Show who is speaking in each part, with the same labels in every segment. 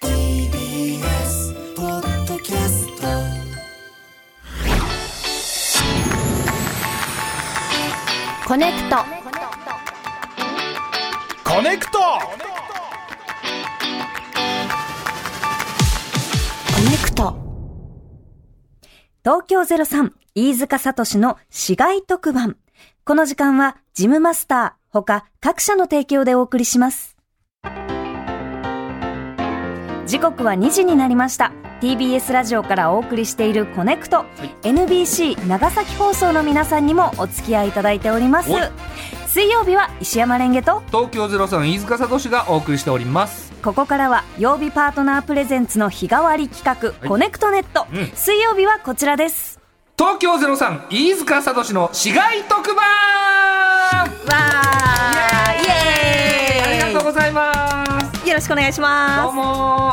Speaker 1: TBS ポッドキャスト
Speaker 2: コネクト
Speaker 3: コネクト
Speaker 2: コネクト
Speaker 4: 東京03飯塚聡の市街特番。この時間はジムマスター、他各社の提供でお送りします。時刻は2時になりました。TBS ラジオからお送りしているコネクト、NBC 長崎放送の皆さんにもお付き合いいただいております
Speaker 3: おい。
Speaker 4: 水曜日は石山レンゲと、
Speaker 3: 東京ゼロさん飯塚聡がお送りしております。
Speaker 4: ここからは曜日パートナープレゼンツの日替わり企画、
Speaker 3: い
Speaker 4: コネクトネット、
Speaker 3: うん
Speaker 4: 水曜日はこちらです。
Speaker 3: 東京ゼロさん飯塚聡の市街特
Speaker 4: わ
Speaker 3: 番。
Speaker 4: ー
Speaker 3: ありがとうございます。
Speaker 4: よろしくお願いし
Speaker 3: どう
Speaker 4: ま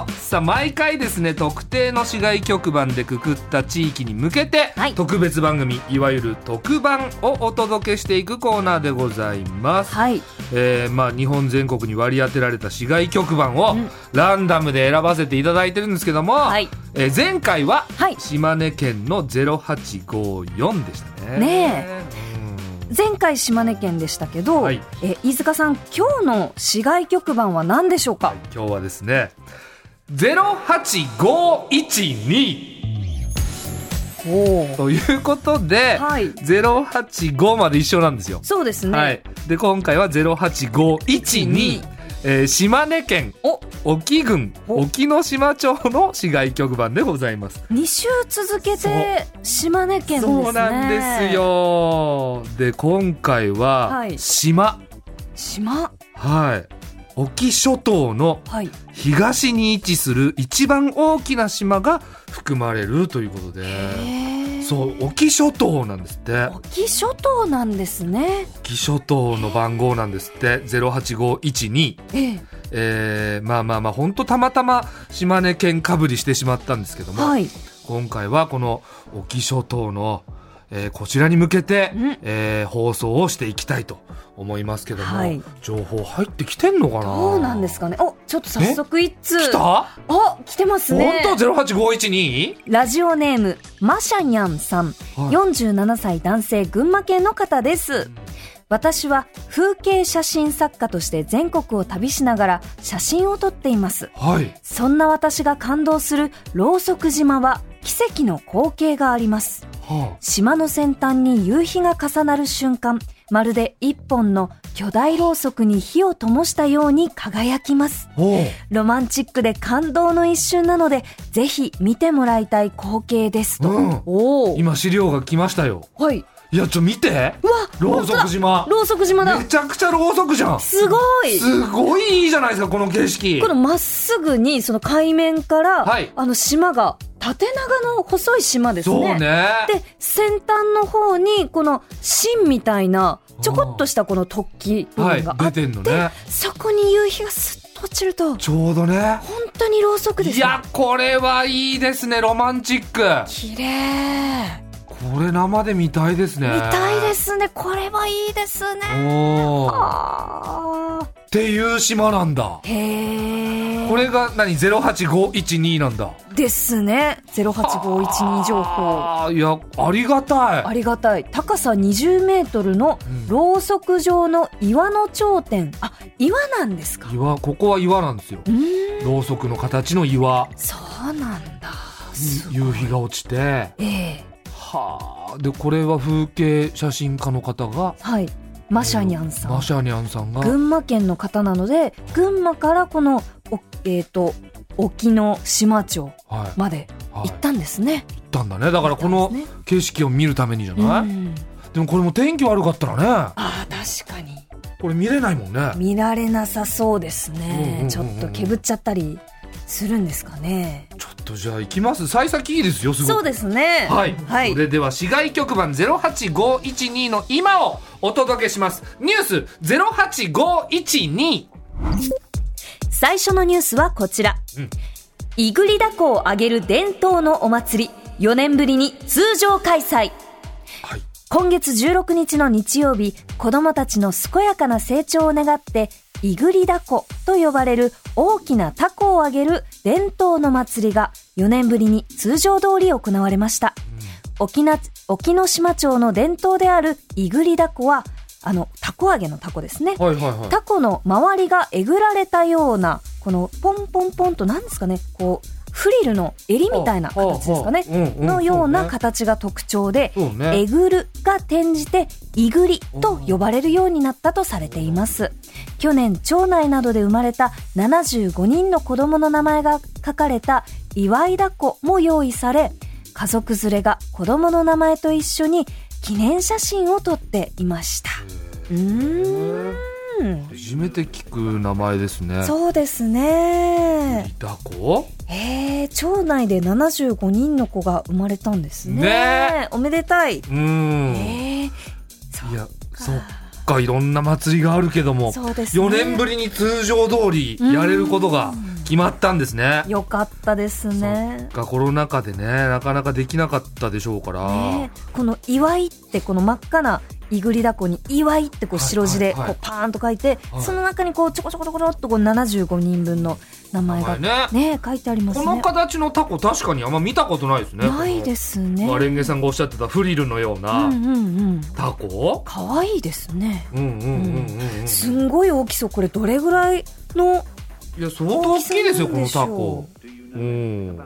Speaker 3: もさあ毎回ですね特定の市街局番でくくった地域に向けて、
Speaker 4: はい
Speaker 3: 特別番組いわゆる特番をお届けしていくコーナーでございます、
Speaker 4: はい。
Speaker 3: えーまあ、日本全国に割り当てられた市街局番をランダムで選ばせていただいてるんですけども、
Speaker 4: はい
Speaker 3: えー前回は
Speaker 4: はい
Speaker 3: 島根県の0854でしたね。
Speaker 4: ね
Speaker 3: うん
Speaker 4: 前回島根県でしたけど、
Speaker 3: はい
Speaker 4: え飯塚さん今日の市外局番は何でしょうか。
Speaker 3: 今日はですね08512
Speaker 4: おお。
Speaker 3: ということで、
Speaker 4: はい
Speaker 3: 085まで一緒なんですよ。
Speaker 4: そうですね。
Speaker 3: はい、で今回は08512、えー島根県
Speaker 4: お
Speaker 3: 沖郡
Speaker 4: お
Speaker 3: 沖ノ島町の市街局番でございます。
Speaker 4: 二週続けて島根県ですね。
Speaker 3: そうなんです。よで今回は
Speaker 4: はい
Speaker 3: 島
Speaker 4: 島
Speaker 3: はい、沖諸島の
Speaker 4: はい。
Speaker 3: 東に位置する一番大きな島が含まれるということで
Speaker 4: えー、
Speaker 3: そう沖諸島なんですって
Speaker 4: 沖諸島なんですね。
Speaker 3: 沖諸島の番号なんですって08512
Speaker 4: ええ
Speaker 3: えー、まあまあまあほんとたまたま島根県かぶりしてしまったんですけども、
Speaker 4: はい。
Speaker 3: 今回はこの沖諸島の、えーこちらに向けて、
Speaker 4: うん
Speaker 3: えー放送をしていきたいと思いますけども、
Speaker 4: はい
Speaker 3: 情報入ってきてんのかな
Speaker 4: どうなんですかね。おちょっと早速一通。
Speaker 3: 来た
Speaker 4: お来てますね。
Speaker 3: 本当ゼロ八五一二？
Speaker 4: ラジオネーム、マシャニャンさん。
Speaker 3: はい
Speaker 4: 47歳男性、群馬県の方です。私は風景写真作家として全国を旅しながら写真を撮っています。
Speaker 3: はい。
Speaker 4: そんな私が感動するろうそく島は奇跡の光景があります。
Speaker 3: は
Speaker 4: 島の先端に夕日が重なる瞬間、まるで一本の巨大ろうそくに火を灯したように輝きます。
Speaker 3: あ。おう
Speaker 4: ロマンチックで感動の一瞬なので、ぜひ見てもらいたい光景ですと。
Speaker 3: うん
Speaker 4: おお。
Speaker 3: 今資料が来ましたよ。
Speaker 4: はい。
Speaker 3: いやちょ見て。
Speaker 4: うわ
Speaker 3: ろうそく島。
Speaker 4: ろうそく島だ
Speaker 3: め。ちゃくちゃろうそくじゃん。
Speaker 4: すごい。
Speaker 3: すごいいいじゃないですかこの景色
Speaker 4: こ。のまっすぐに、その海面から、
Speaker 3: はい
Speaker 4: あの島が、縦長の細い島ですね。
Speaker 3: そうね。
Speaker 4: で、先端の方に、この芯みたいな、ちょこっとしたこの突起部
Speaker 3: はい
Speaker 4: 分があっ
Speaker 3: 出
Speaker 4: て、
Speaker 3: てんのね。
Speaker 4: そこに夕日がすっと落ちると、本
Speaker 3: ちょうどね。
Speaker 4: 当にろうそくです
Speaker 3: い
Speaker 4: ね。
Speaker 3: やこれはいいですねロマンチック。
Speaker 4: 綺麗。
Speaker 3: これ生で見たいですね。
Speaker 4: 見たいで。すね。これはいいですね。
Speaker 3: おー
Speaker 4: あ
Speaker 3: っていう島なん
Speaker 4: ー。
Speaker 3: だ
Speaker 4: へえ。
Speaker 3: これが何08512なんだ。
Speaker 4: ですね。08512情報。
Speaker 3: あーいやありがたい。
Speaker 4: ありがたい高さ20メートルの
Speaker 3: うん
Speaker 4: ろうそく状の岩の頂点あ岩なんですか
Speaker 3: 岩ここは岩なんですよ
Speaker 4: うーん
Speaker 3: ろうそくの形の岩
Speaker 4: そうなんだすごい
Speaker 3: 夕日が落ちて
Speaker 4: ええ
Speaker 3: はあでこれは風景写真家の方が
Speaker 4: はいマシャニャンさん
Speaker 3: マシャニャンさんが
Speaker 4: 群馬県の方なので群馬からこのおえっ、と沖ノ島町
Speaker 3: はい、
Speaker 4: まで
Speaker 3: は
Speaker 4: 行
Speaker 3: い、
Speaker 4: っ
Speaker 3: 行
Speaker 4: たんですね、
Speaker 3: ったんだねだからこ
Speaker 4: 行
Speaker 3: の
Speaker 4: ったんですね
Speaker 3: 景色を見るためにじゃない、
Speaker 4: うん
Speaker 3: でもこれも天気悪かったらね
Speaker 4: あー確かに
Speaker 3: これ見れないもんね
Speaker 4: 見られなさそうですね、
Speaker 3: うんうんうんうん
Speaker 4: ちょっとけぶっちゃったりするんですかね。
Speaker 3: ちょっとじゃあ行きます幸先いいですよすごく
Speaker 4: そうですね。
Speaker 3: はい、
Speaker 4: はい
Speaker 3: そ。れでは市外局番08512の今をお届けしますニュース08512
Speaker 4: 最初のニュースはこちら。いぐりだこをあげる伝統のお祭り、4年ぶりに通常開催。
Speaker 3: はい
Speaker 4: 今月16日の日曜日、子供たちの健やかな成長を願って、いぐりだこと呼ばれる大きなタコをあげる伝統の祭りが4年ぶりに通常通り行われました。沖縄沖ノ島町の伝統であるいぐりだこは、あの、タコ揚げのタコですね。
Speaker 3: はいはいはい
Speaker 4: タコの周りがえぐられたような、このポンポンポンと何ですかね、こう、フリルの襟みたいな形ですかね。のような形が特徴で、
Speaker 3: そうね
Speaker 4: えぐるが転じて、いぐりと呼ばれるようになったとされています。去年、町内などで生まれた75人の子供の名前が書かれた祝いだこも用意され、家族連れが子供の名前と一緒に記念写真を撮っていました。うーん。
Speaker 3: 初めて聞く名前ですね
Speaker 4: そうですね。
Speaker 3: イダコ
Speaker 4: えー、町内で75人の子が生まれたんですね。
Speaker 3: ね
Speaker 4: おめでたい。
Speaker 3: うーん、
Speaker 4: えー、
Speaker 3: いやそっかいろんな祭りがあるけども
Speaker 4: そうですね。
Speaker 3: 4年ぶりに通常通りやれることが決まったんですね
Speaker 4: よかったですね。
Speaker 3: がコロナ禍でねなかなかできなかったでしょうから、
Speaker 4: ねこの「祝い」ってこの真っ赤ないぐりだこに「祝い」ってこう
Speaker 3: はい
Speaker 4: 白字でこ
Speaker 3: はいう
Speaker 4: パーンと書いて、
Speaker 3: はい
Speaker 4: その中にこうちょこちょこちょこちょこっとこう75人分の名前が
Speaker 3: 前
Speaker 4: ね
Speaker 3: ね
Speaker 4: 書いてあります
Speaker 3: こ
Speaker 4: ね。
Speaker 3: の形のタコ確かにあんま見たことないですね
Speaker 4: ないですね。
Speaker 3: まあレンゲさんがおっしゃってたフリルのよう
Speaker 4: うん
Speaker 3: な
Speaker 4: うんうん。
Speaker 3: タコ、
Speaker 4: 可愛いですね。
Speaker 3: うん、うんうんうんうん
Speaker 4: すんごい大きそうこれどれぐらいの
Speaker 3: いや相当大きいですよこのタコうん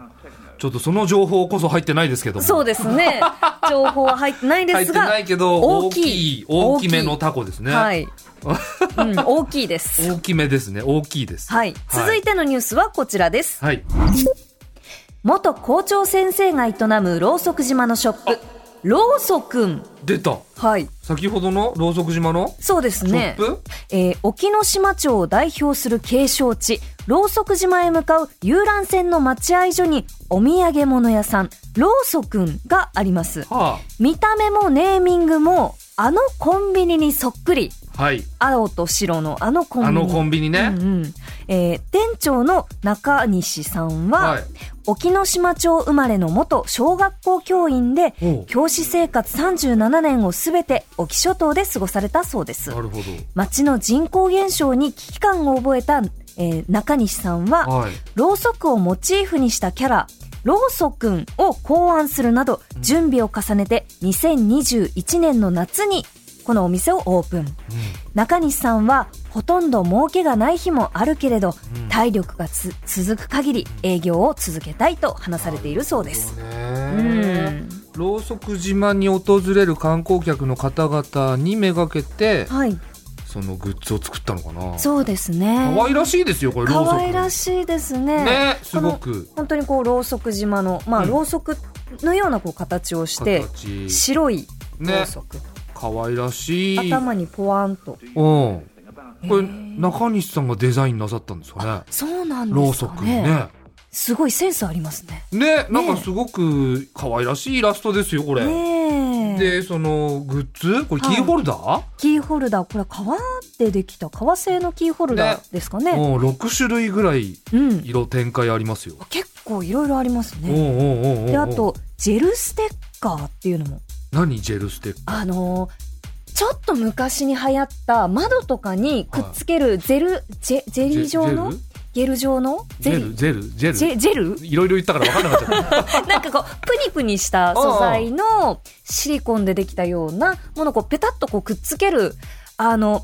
Speaker 3: ちょっとその情報こそ入ってないですけども
Speaker 4: そうです ね情報は入ってないで
Speaker 3: 入っ
Speaker 4: す
Speaker 3: て
Speaker 4: が
Speaker 3: ないけど
Speaker 4: 大
Speaker 3: 大
Speaker 4: き
Speaker 3: き
Speaker 4: い
Speaker 3: い大きめのタコですね、
Speaker 4: はい、 うん、大きいです。
Speaker 3: 大きめですね大きいです
Speaker 4: はい、続いてのニュースはこちらです。
Speaker 3: はい
Speaker 4: 元校長先生が営むろうそく島のショップ、ろうそくん。
Speaker 3: 出た
Speaker 4: はい。
Speaker 3: 先ほどのろうそく島の
Speaker 4: そうです
Speaker 3: ショ
Speaker 4: ね
Speaker 3: ッ。プ、
Speaker 4: えー沖ノ島町を代表する景勝地、ろうそく島へ向かう遊覧船の待合所にお土産物屋さん、ろうそくんがあります。
Speaker 3: は
Speaker 4: 見た目もネーミングも、あのコンビニにそっくり。
Speaker 3: あはい
Speaker 4: 青と白のあのコンビ
Speaker 3: あ
Speaker 4: ニ。
Speaker 3: のコンビニね、
Speaker 4: うんうんえー店長の中西さんは、
Speaker 3: はい
Speaker 4: 沖ノ島町生まれの元小学校教員で
Speaker 3: おう
Speaker 4: 教師生活37年をすべて沖諸島で過ごされたそうです
Speaker 3: なるほ
Speaker 4: 町の人口減少に危機感を覚えた、えー中西さん
Speaker 3: ど
Speaker 4: は
Speaker 3: はい
Speaker 4: ろうそくをモチーフにしたキャラろうそくんを考案するなど準備を重ねて2021年の夏にこのお店をオープン中西さんはほとんど儲けがない日もあるけれど、
Speaker 3: うん
Speaker 4: 体力がつ続く限り営業を続けたいと話されているそうです。う
Speaker 3: ね
Speaker 4: ん、
Speaker 3: ろうそく島に訪れる観光客の方々にめがけて
Speaker 4: はい、
Speaker 3: そのグッズを作ったのかな
Speaker 4: そうですね
Speaker 3: 可。愛らしいですよこれろうそ
Speaker 4: 可
Speaker 3: く
Speaker 4: 愛らしいですね。
Speaker 3: ねすごく
Speaker 4: 本当にこうろうそく島のまあ、
Speaker 3: うん
Speaker 4: ろうそくのようなこう形をして
Speaker 3: 形
Speaker 4: 白いろ
Speaker 3: ね
Speaker 4: うそく、
Speaker 3: 可愛らしいうん
Speaker 4: 頭にポワンと。
Speaker 3: これ
Speaker 4: へー
Speaker 3: 中西さんがデザインなさったんですよね
Speaker 4: そうなん
Speaker 3: ろ
Speaker 4: で
Speaker 3: う
Speaker 4: す
Speaker 3: そ
Speaker 4: か
Speaker 3: く
Speaker 4: ね
Speaker 3: ね
Speaker 4: すごいセンスありますね。
Speaker 3: ねなんかすごく可愛らしいイラストですよこれ
Speaker 4: ねえ
Speaker 3: でそのグッズこれキーホルダー
Speaker 4: キーホルダーこれ革でできた革製のキーホルダーですかね
Speaker 3: うん6種類ぐらい
Speaker 4: うん
Speaker 3: 色展開ありますよ
Speaker 4: 結構いろいろあります
Speaker 3: おう
Speaker 4: ね
Speaker 3: おうおうおうおう
Speaker 4: であとジェルステッカーっていうのも
Speaker 3: 何ジェルステッカー
Speaker 4: あのーちょっと昔に流行った窓とかにくっつけるゼル、ジェジェリー状のゲル状の
Speaker 3: ジ
Speaker 4: ゼ
Speaker 3: ェル
Speaker 4: リ
Speaker 3: ジェルジェル
Speaker 4: ジ
Speaker 3: ジェ
Speaker 4: ェジェル
Speaker 3: ルいろいろ言ったから分かんな かった
Speaker 4: なんかこうプニプニした素材のシリコンでできたようなものをこうペタッとこうくっつけるあの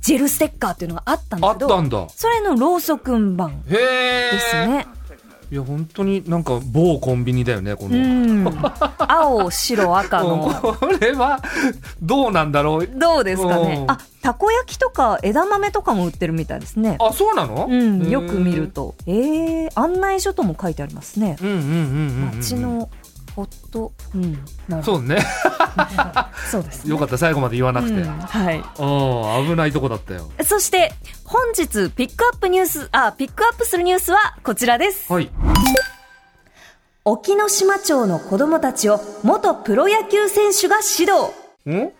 Speaker 4: ジェルステッカーっていうのがあったん
Speaker 3: あ
Speaker 4: だ
Speaker 3: っ
Speaker 4: けど
Speaker 3: たんだ
Speaker 4: それのろうそくん版
Speaker 3: へえ
Speaker 4: ですね。
Speaker 3: いや本当になんか某コンビニだよねこの、
Speaker 4: うん。青、白、赤
Speaker 3: うん
Speaker 4: の。
Speaker 3: これはどうなんだろう
Speaker 4: どうですかね
Speaker 3: う。ん
Speaker 4: あ、たこ焼きとか枝豆とかも売ってるみたいですね。
Speaker 3: あそうなの、
Speaker 4: うん、よく見
Speaker 3: へ
Speaker 4: る
Speaker 3: ー
Speaker 4: と。ええ案内所とも書いてありますね。
Speaker 3: うんうんうんうんうん
Speaker 4: 街のホット、うん、なるほど
Speaker 3: そうね
Speaker 4: そうですね、
Speaker 3: よかった最後まで言わなくて、う
Speaker 4: うん
Speaker 3: ん、
Speaker 4: はい。
Speaker 3: 危ないとこだったよ
Speaker 4: そして、本日ピックアップニュース、あ、ピックアップするニュースはこちらです。
Speaker 3: はい
Speaker 4: 沖ノ島町の子供たちを元プロ野球選手が指導。
Speaker 3: ん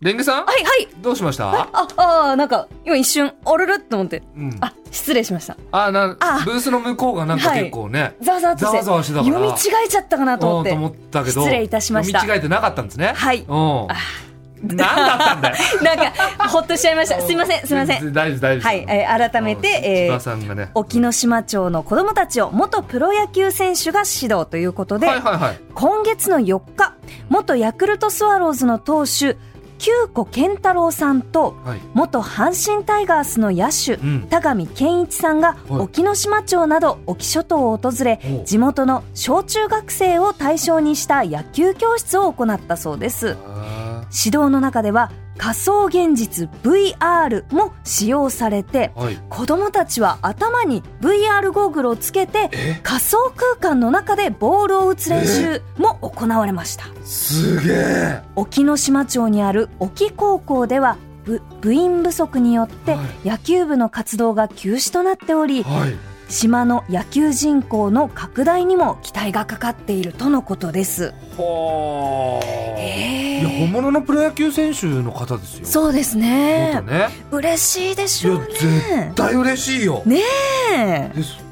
Speaker 3: レンゲさん、
Speaker 4: はいはい。
Speaker 3: どうしました
Speaker 4: あ、あーなんか、今一瞬、おるるって思って。
Speaker 3: うん
Speaker 4: あ、失礼しました。
Speaker 3: あな
Speaker 4: あ
Speaker 3: ブースの向こうがなんか
Speaker 4: はい
Speaker 3: 結構ね、
Speaker 4: ざわざわって
Speaker 3: ざわざわしてたから
Speaker 4: 読み違えちゃったかなと思っ
Speaker 3: おー
Speaker 4: て。
Speaker 3: と思ったけど
Speaker 4: 失礼いたしました
Speaker 3: 見違えてなかったんですね
Speaker 4: はい
Speaker 3: うん何だったんだよ
Speaker 4: なんか、ほっとしちゃいました。すいません、すいませ
Speaker 3: 全然
Speaker 4: ん。
Speaker 3: 大丈夫大丈夫
Speaker 4: はい、えー改めて、
Speaker 3: 千
Speaker 4: え
Speaker 3: 葉
Speaker 4: ー
Speaker 3: さんがね
Speaker 4: 沖ノ島町の子供たちを元プロ野球選手が指導ということで、
Speaker 3: はいはいはい
Speaker 4: 今月の4日、元ヤクルトスワローズの投手、久子健太郎さんと、
Speaker 3: はい
Speaker 4: 元阪神タイガースの野手、
Speaker 3: ん
Speaker 4: 田上健一さんが
Speaker 3: はい
Speaker 4: 沖ノ島町など沖諸島を訪れ
Speaker 3: おう
Speaker 4: 地元の小中学生を対象にした野球教室を行ったそうです
Speaker 3: あ
Speaker 4: 指導の中では仮想現実 VR も使用されて
Speaker 3: ーはい
Speaker 4: 子供たちは頭に VR ゴーグルをつけて
Speaker 3: え
Speaker 4: 仮想空間の中でボールを打つ練習も行われました
Speaker 3: すげえ
Speaker 4: 沖ノ島町にある沖高校では部部員不足によって
Speaker 3: は
Speaker 4: 野球部の活動が休止となっており
Speaker 3: はい
Speaker 4: 島の野球人口の拡大にも期待がかかっているとのことです。
Speaker 3: ほ
Speaker 4: へ
Speaker 3: いや本物のプロ野球選手の方ですよ
Speaker 4: そうです
Speaker 3: 本
Speaker 4: ね
Speaker 3: 当ね
Speaker 4: 嬉しいでしょう
Speaker 3: いや絶
Speaker 4: ね。
Speaker 3: 大嬉しいよ
Speaker 4: ねえ
Speaker 3: です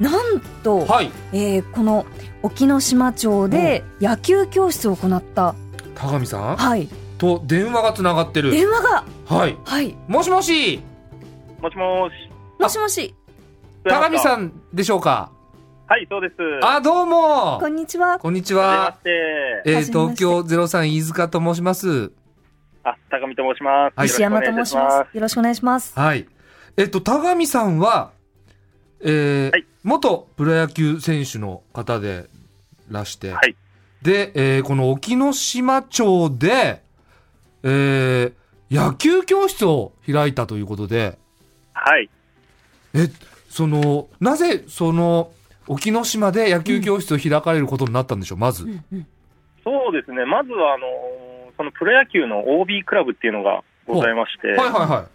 Speaker 4: なんと、
Speaker 3: はい
Speaker 4: えーこの沖ノ島町で野球教室を行った、
Speaker 3: 田上さん
Speaker 4: はい、
Speaker 3: と電話がつながってる
Speaker 4: 電話が、
Speaker 3: はい
Speaker 4: はい、
Speaker 3: もしもし
Speaker 5: もしもーし。
Speaker 4: もしもし、
Speaker 3: 田上
Speaker 5: ん。
Speaker 3: さんでしょうか
Speaker 5: はい、そうです。
Speaker 3: あどうも
Speaker 4: こんにちは。
Speaker 3: こんにち
Speaker 5: は
Speaker 3: は
Speaker 5: じめまして。
Speaker 3: えー
Speaker 4: はじめまし
Speaker 3: 東
Speaker 4: て
Speaker 3: 京03飯塚と申します
Speaker 5: あ、高見と申します。
Speaker 3: はい
Speaker 4: 石山と申します。よろしくお願いします。
Speaker 3: はいえっと田上さんはえー
Speaker 5: はい
Speaker 3: 元プロ野球選手の方でらして
Speaker 5: はい
Speaker 3: で、えーこの沖ノ島町で、えー野球教室を開いたということで、
Speaker 5: はい。
Speaker 3: え、その、なぜその、沖ノ島で野球教室を開かれることになったんでしょう、まず。
Speaker 5: そうですね。まずは、あのーそのプロ野球の OB クラブっていうのがございまして、
Speaker 3: はいはいは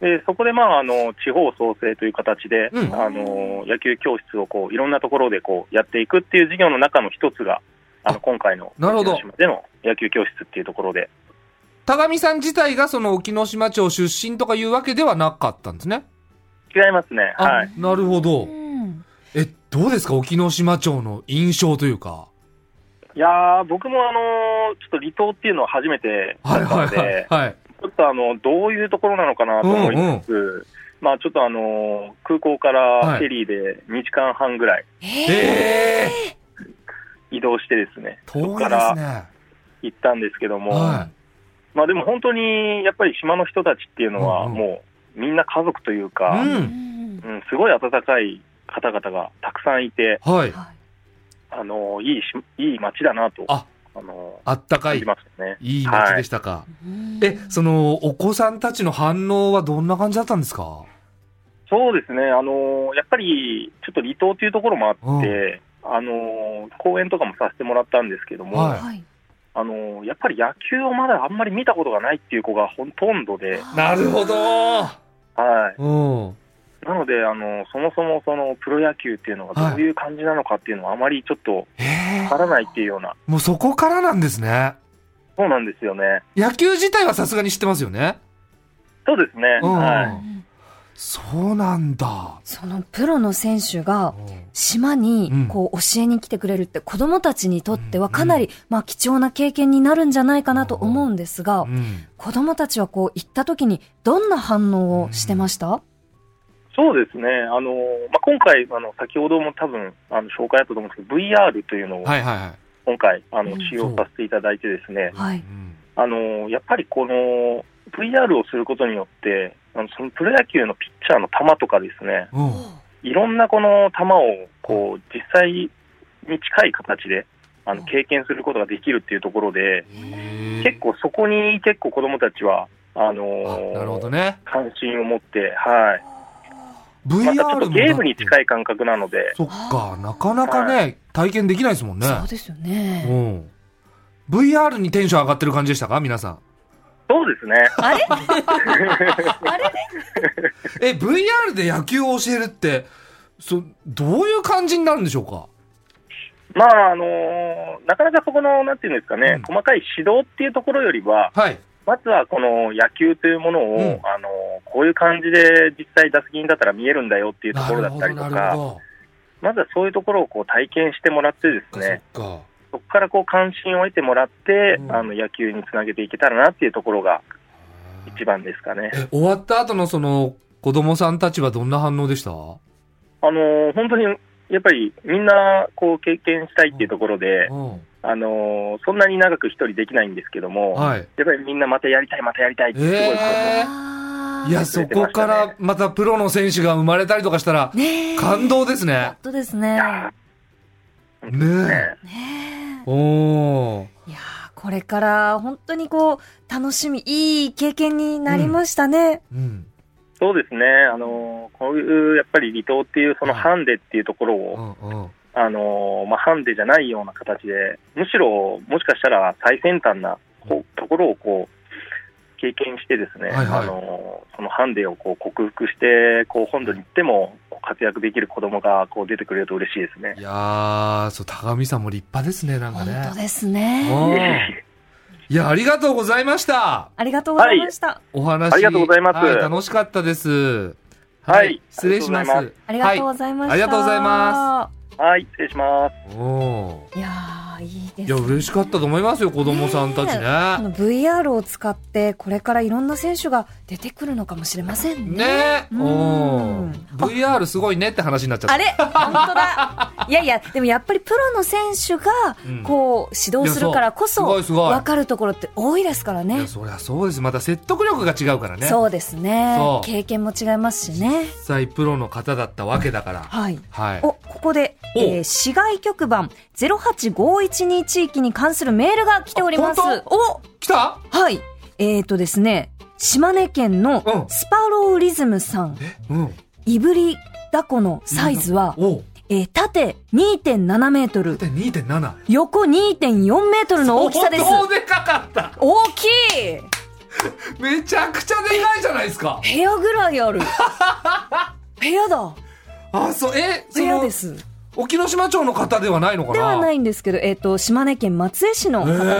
Speaker 5: でそこで、まあ、あの、地方創生という形で、
Speaker 3: うん
Speaker 5: あのー野球教室をこう、いろんなところでこう、やっていくっていう事業の中の一つが、あ
Speaker 3: あ
Speaker 5: の、今回の、
Speaker 3: なるほど
Speaker 5: 沖縄島での野球教室っていうところで、
Speaker 3: い。田上さん自体がその沖ノ島町出身とかいうわけではなかったんですね。
Speaker 5: 違いますね。
Speaker 3: あ
Speaker 5: はい。
Speaker 3: なるほど
Speaker 4: う。ん
Speaker 3: え、どうですか沖ノ島町の印象というか。
Speaker 5: いやー、僕もあのーちょっと離島っていうのは初めて
Speaker 3: は
Speaker 5: だ
Speaker 3: い
Speaker 5: ったの
Speaker 3: はい
Speaker 5: で、
Speaker 3: はい。はい。
Speaker 5: ちょっとあのどういうところなのかなと思いつつ、まあ、ちょっとあの空港か
Speaker 3: は
Speaker 5: ら
Speaker 3: い
Speaker 5: フェリーで2時間半ぐらい
Speaker 3: ええ
Speaker 5: 移動してですね、
Speaker 3: ー、遠
Speaker 5: こ
Speaker 3: い
Speaker 5: か
Speaker 3: です
Speaker 5: ら
Speaker 3: ね。
Speaker 5: 行ったんですけども、
Speaker 3: は
Speaker 5: まあ、でも本当にやっぱり島の人たちっていうのは、
Speaker 3: うんうん
Speaker 5: もうみんな家族というか、
Speaker 3: い。う。
Speaker 4: うんん
Speaker 5: うんすごい温かい方々がたくさんいて、
Speaker 3: はい。
Speaker 4: はい
Speaker 5: あのいいしいい街だなと、
Speaker 3: あ
Speaker 5: あの
Speaker 3: あったか
Speaker 5: 感
Speaker 3: い
Speaker 5: じま。したね。
Speaker 3: いい街でしたか。え、その、お子さんたちの反応はどんな感じだったんですか
Speaker 5: そうですね、あのやっぱりちょっと離島っていうところもあって、あの講演とかもさせてもらったんですけども、
Speaker 3: はい
Speaker 4: はい
Speaker 5: あのやっぱり野球をまだあんまり見たことがないっていう子がほとんどで、
Speaker 3: なるほど
Speaker 5: は
Speaker 3: うん。
Speaker 5: い、なのであの、そもそもそのプロ野球っていうのがどういう感じなのかっていうのは、あまりちょっと
Speaker 3: え
Speaker 5: わからないっていうような、
Speaker 3: ー、もうそこからなんですね。
Speaker 5: そうなんですよね、
Speaker 3: 野球自体はさすがに知ってますよね。
Speaker 5: そうですね、
Speaker 3: うん。
Speaker 5: は
Speaker 3: そうなんだ。
Speaker 4: そのプロの選手が島
Speaker 3: う
Speaker 4: に
Speaker 3: ん
Speaker 4: こう教えに来てくれるって子供たちにとってはかな
Speaker 3: う
Speaker 4: りまあ貴重な経験になるんじゃないかなと思うんですが
Speaker 3: うん。
Speaker 4: 子供たちはこう行った時にどんな反応をしてました
Speaker 5: い、そうですね、あのまあ、今回あの、先ほども多分あの紹介あったと思うんですけど、VR というのを
Speaker 3: はいはいはい。
Speaker 5: 今回、あの
Speaker 4: うん
Speaker 5: 使用させていただいてですね、
Speaker 4: はい
Speaker 3: うん
Speaker 5: あのやっぱりこの VR をすることによって、あのそのプロ野球のピッチャーの球とかですね、
Speaker 3: うん。
Speaker 5: いろんなこの球をこう実際に近い形であの経験することができるっていうところで、
Speaker 3: へ
Speaker 5: 結
Speaker 3: ー
Speaker 5: 構そこに結構子どもたちはあの
Speaker 3: あ
Speaker 5: ー
Speaker 3: なるほどね。
Speaker 5: 関心を持って、はい、またちょっ
Speaker 3: VR
Speaker 5: と
Speaker 3: も
Speaker 5: ゲームに近い感覚なので、
Speaker 3: そっかなかなかね体験できないですもんね
Speaker 4: そうですよね。
Speaker 3: うん、VR にテンション上がってる感じでしたか皆さん
Speaker 5: そうです ね。
Speaker 4: あれあれ
Speaker 3: え VR で野球を教えるってそどういう感じになるんでしょうか
Speaker 5: まあ、あのーなかなかそこの、なんていうんですかね、
Speaker 3: うん
Speaker 5: 細かい指導っていうところよりは、
Speaker 3: はい
Speaker 5: まずはこの野球というものを、
Speaker 3: うん
Speaker 5: あのーこういう感じで実際打席に立ったら見えるんだよっていうと
Speaker 3: な
Speaker 5: ころだ
Speaker 3: る
Speaker 5: っ
Speaker 3: ほ
Speaker 5: た
Speaker 3: ど
Speaker 5: りと
Speaker 3: なる
Speaker 5: か、
Speaker 3: ほ
Speaker 5: まずはそういうところをこう体験してもらってです
Speaker 3: ど
Speaker 5: ね、
Speaker 3: そっか
Speaker 5: そこからこう関心を得てもらって、
Speaker 3: うん
Speaker 5: あの野球につなげていけたらなっていうところが一番ですかね。
Speaker 3: え終わった後のその子供さんたちはどんな反応でしたう
Speaker 5: あのー本当にやっぱりみんなこう経験したいっていうところで、
Speaker 3: ん
Speaker 5: あのーそんなに長く一人できないんですけども、
Speaker 3: はい
Speaker 5: やっぱりみんなまたやりたい、またやりたいってすごいこう、
Speaker 3: え
Speaker 4: あー
Speaker 3: いや
Speaker 5: そ
Speaker 3: そうこ
Speaker 5: 出て
Speaker 3: か
Speaker 5: ました
Speaker 3: らまたプロの選手が生まれたりとかしたら
Speaker 4: ねえ
Speaker 3: 感動です
Speaker 4: や
Speaker 3: ね
Speaker 4: っとですね。
Speaker 3: ね
Speaker 5: ね
Speaker 4: ねえ
Speaker 3: えおー
Speaker 4: いやーこれから本当にこう、楽しみ、いい経験になりましたね。
Speaker 3: うん
Speaker 5: そうですね、あのーこういうやっぱり離島っていう、そのハンデっていうところ
Speaker 3: う
Speaker 5: を、
Speaker 3: んうん
Speaker 5: あのーまあ、ハンデじゃないような形で、むしろもしかしたら最先端なこうところをこう経験して、ですね、
Speaker 3: はいはい
Speaker 5: あのーそのハンデをこう克服して、こう本土に行ってもこう活躍できる子供がこう出てくれると嬉しいですね
Speaker 3: い。やーそう高見さんも立派ですねなんかね
Speaker 4: 本当ですね。
Speaker 3: うんいやありがとうございました
Speaker 4: ありがとうございました。
Speaker 3: お話
Speaker 5: ありがとうございます
Speaker 3: は楽しかったです。
Speaker 5: はい
Speaker 3: 失礼します。
Speaker 5: あり
Speaker 4: ありがとうございました。
Speaker 3: はいありがとうございま
Speaker 5: はい、失礼します。
Speaker 3: はいお
Speaker 4: す。いやーいいです、ね。
Speaker 3: ーいや嬉しかったと思いますよ子供さんたち
Speaker 4: あ
Speaker 3: ね。
Speaker 4: の VR を使ってこれからいろんな選手が出てくるのかもしれませんね。
Speaker 3: ね
Speaker 4: う
Speaker 3: え、
Speaker 4: ん
Speaker 3: おー VR すごいねって話になっちゃった。
Speaker 4: あれ本当だ。いやいや、でもやっぱりプロの選手が
Speaker 3: うん
Speaker 4: こう指導するからこ
Speaker 3: いやそ
Speaker 4: そ
Speaker 3: うすごいすごい
Speaker 4: 分かるところって多いですから
Speaker 3: い
Speaker 4: ね
Speaker 3: や。そりゃそうです。また説得力が違うからね。
Speaker 4: そうですね
Speaker 3: そ。う
Speaker 4: 経験も違いますしね。
Speaker 3: 実際プロの方だったわけだから。
Speaker 4: はい。
Speaker 3: はい。
Speaker 4: お、ここで、
Speaker 3: お
Speaker 4: えー市外局番08512地域に関するメールが来ております。
Speaker 3: あ本
Speaker 4: お
Speaker 3: 来た？
Speaker 4: はい。えーとですね、島根県
Speaker 3: う
Speaker 4: の
Speaker 3: ん
Speaker 4: スパローリズムさん、
Speaker 3: え、うん。
Speaker 4: いぶりだこのサイズは、
Speaker 3: お、
Speaker 4: えー縦2.7メートル、
Speaker 3: で2.7。
Speaker 4: 横2.4メートルの大きさです。
Speaker 3: 相当でかかった。
Speaker 4: 大き
Speaker 3: めちゃくちゃでかいじゃないですか。
Speaker 4: い部屋ぐらいあ る。部屋だ。
Speaker 3: あ、そうえ、
Speaker 4: 部
Speaker 3: そ
Speaker 4: 屋
Speaker 3: の
Speaker 4: です。
Speaker 3: 沖ノ島町の方ではないのかな。
Speaker 4: ではないんですけど、えっ、と、島根県松江市の方ですね。
Speaker 3: え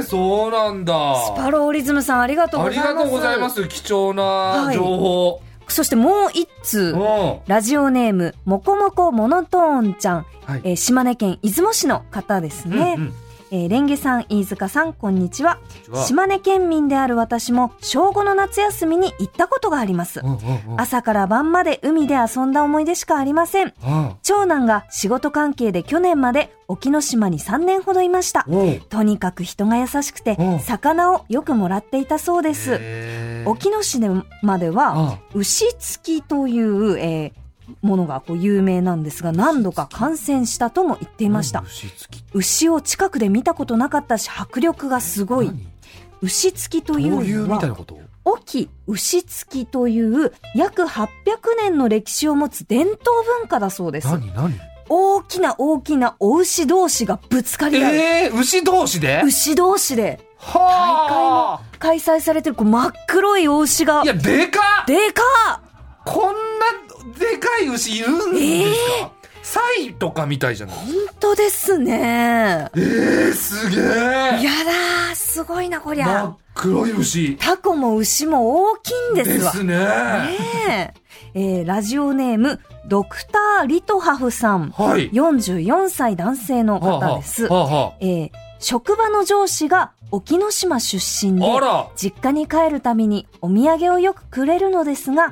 Speaker 3: ーそうなんだ。
Speaker 4: スパローリズムさんありがとう
Speaker 3: あ
Speaker 4: ござ
Speaker 3: り
Speaker 4: います。
Speaker 3: がとうございます。貴重な情報。
Speaker 4: そしてもう一通
Speaker 3: うん。。
Speaker 4: ラジオネーム、もこもこモノトーンちゃん、
Speaker 3: はい
Speaker 4: えー島根県出雲市の方です
Speaker 3: うん
Speaker 4: ね。
Speaker 3: うん
Speaker 4: えーレンゲさん、飯塚さん、こんにちは。
Speaker 3: こんにちは
Speaker 4: 島根県民である私も、小5の夏休みに行ったことがあります
Speaker 3: う。んうんうん
Speaker 4: 朝から晩まで海で遊んだ思い出しかありません。
Speaker 3: うん
Speaker 4: 長男が仕事関係で去年まで沖ノ島に3年ほどいました。
Speaker 3: おう
Speaker 4: とにかく人が優しくて
Speaker 3: うん、
Speaker 4: 魚をよくもらっていたそうです。
Speaker 3: へー
Speaker 4: 沖ノ島までは、
Speaker 3: あ
Speaker 4: 牛つきという、えーものがこう有名なんですが何度か感染したとも言っていました
Speaker 3: うん牛付き
Speaker 4: 牛を近くで見たことなかったし迫力がすごい
Speaker 3: 何
Speaker 4: 牛つきとい
Speaker 3: 闘牛
Speaker 4: う
Speaker 3: み
Speaker 4: の
Speaker 3: たい
Speaker 4: は
Speaker 3: なこと
Speaker 4: 沖牛つきという約800年の歴史を持つ伝統文化だそうです
Speaker 3: 何何
Speaker 4: 大きな大きなお牛同士がぶつかり合う、
Speaker 3: えー、牛同士で
Speaker 4: 牛同士で
Speaker 3: はあ
Speaker 4: 開催されてるこう真っ黒いお牛が
Speaker 3: いや、でかっ
Speaker 4: でかっ
Speaker 3: こんなでかい牛いるんですかサイとかみたいじゃない
Speaker 4: 本当ですね
Speaker 3: えー、すげえ
Speaker 4: やだー、すごいな、こり
Speaker 3: 真
Speaker 4: ゃ
Speaker 3: っ。黒い牛
Speaker 4: タコも牛も大きいんですわ。
Speaker 3: ですね
Speaker 4: ねええーラジオネーム、ドクター・リトハフさん。
Speaker 3: はい
Speaker 4: 44歳男性の方です。
Speaker 3: はあは
Speaker 4: えー職場の上司が沖ノ島出身で
Speaker 3: あ、あ、ら
Speaker 4: 実家に帰るたびにお土産をよくくれるのですが、
Speaker 3: う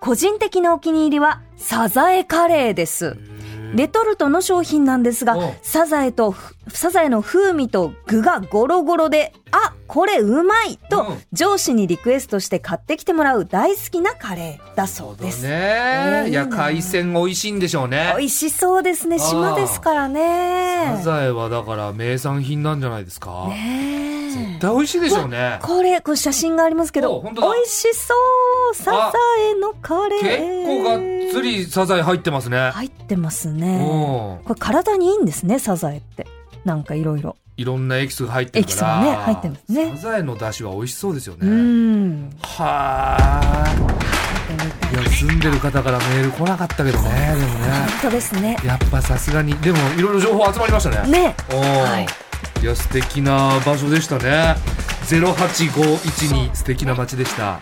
Speaker 4: 個人的なお気に入りはサザエカレーです。
Speaker 3: ん。
Speaker 4: レトルトの商品なんです
Speaker 3: うん
Speaker 4: が、サザエとふ、サザエの風味と具がゴロゴロで、あ、これうまい
Speaker 3: うん
Speaker 4: と、上司にリクエストして買ってきてもらう大好きなカレーだそうです。
Speaker 3: ね
Speaker 4: えー
Speaker 3: いや、海鮮美味しいんでしょうね。
Speaker 4: 美味しそうですね。
Speaker 3: あー
Speaker 4: 島ですから
Speaker 3: サ
Speaker 4: ね。
Speaker 3: ザエはだから名産品なんじゃないですか。
Speaker 4: ねえ
Speaker 3: 絶対美味しいでしょうね。
Speaker 4: これ、これ写真がありますけど
Speaker 3: お、本当だ
Speaker 4: 美味しそサザエのカレ
Speaker 3: 結
Speaker 4: ー。
Speaker 3: 構がっつりサザエ入ってますね。
Speaker 4: 入ってます
Speaker 3: う
Speaker 4: ね。
Speaker 3: ん。
Speaker 4: これ体にいいんですね、サザエって。なんかいろいろ。
Speaker 3: いろんなエキスが入ってる
Speaker 4: エ
Speaker 3: から。
Speaker 4: キスがね入ってますね
Speaker 3: サザエの出汁は美味しそうですよ
Speaker 4: うー
Speaker 3: ね。
Speaker 4: ん。
Speaker 3: はーい。いや、住んでる方からメール来なかったけどね、でもね。
Speaker 4: 本当ですね。
Speaker 3: やっぱさすがに、でもいろいろ情報集まりましたね。
Speaker 4: ね。
Speaker 3: おお、
Speaker 4: はい
Speaker 3: い、や素敵な場所でしたね。ゼロ八五一に素敵な街でした。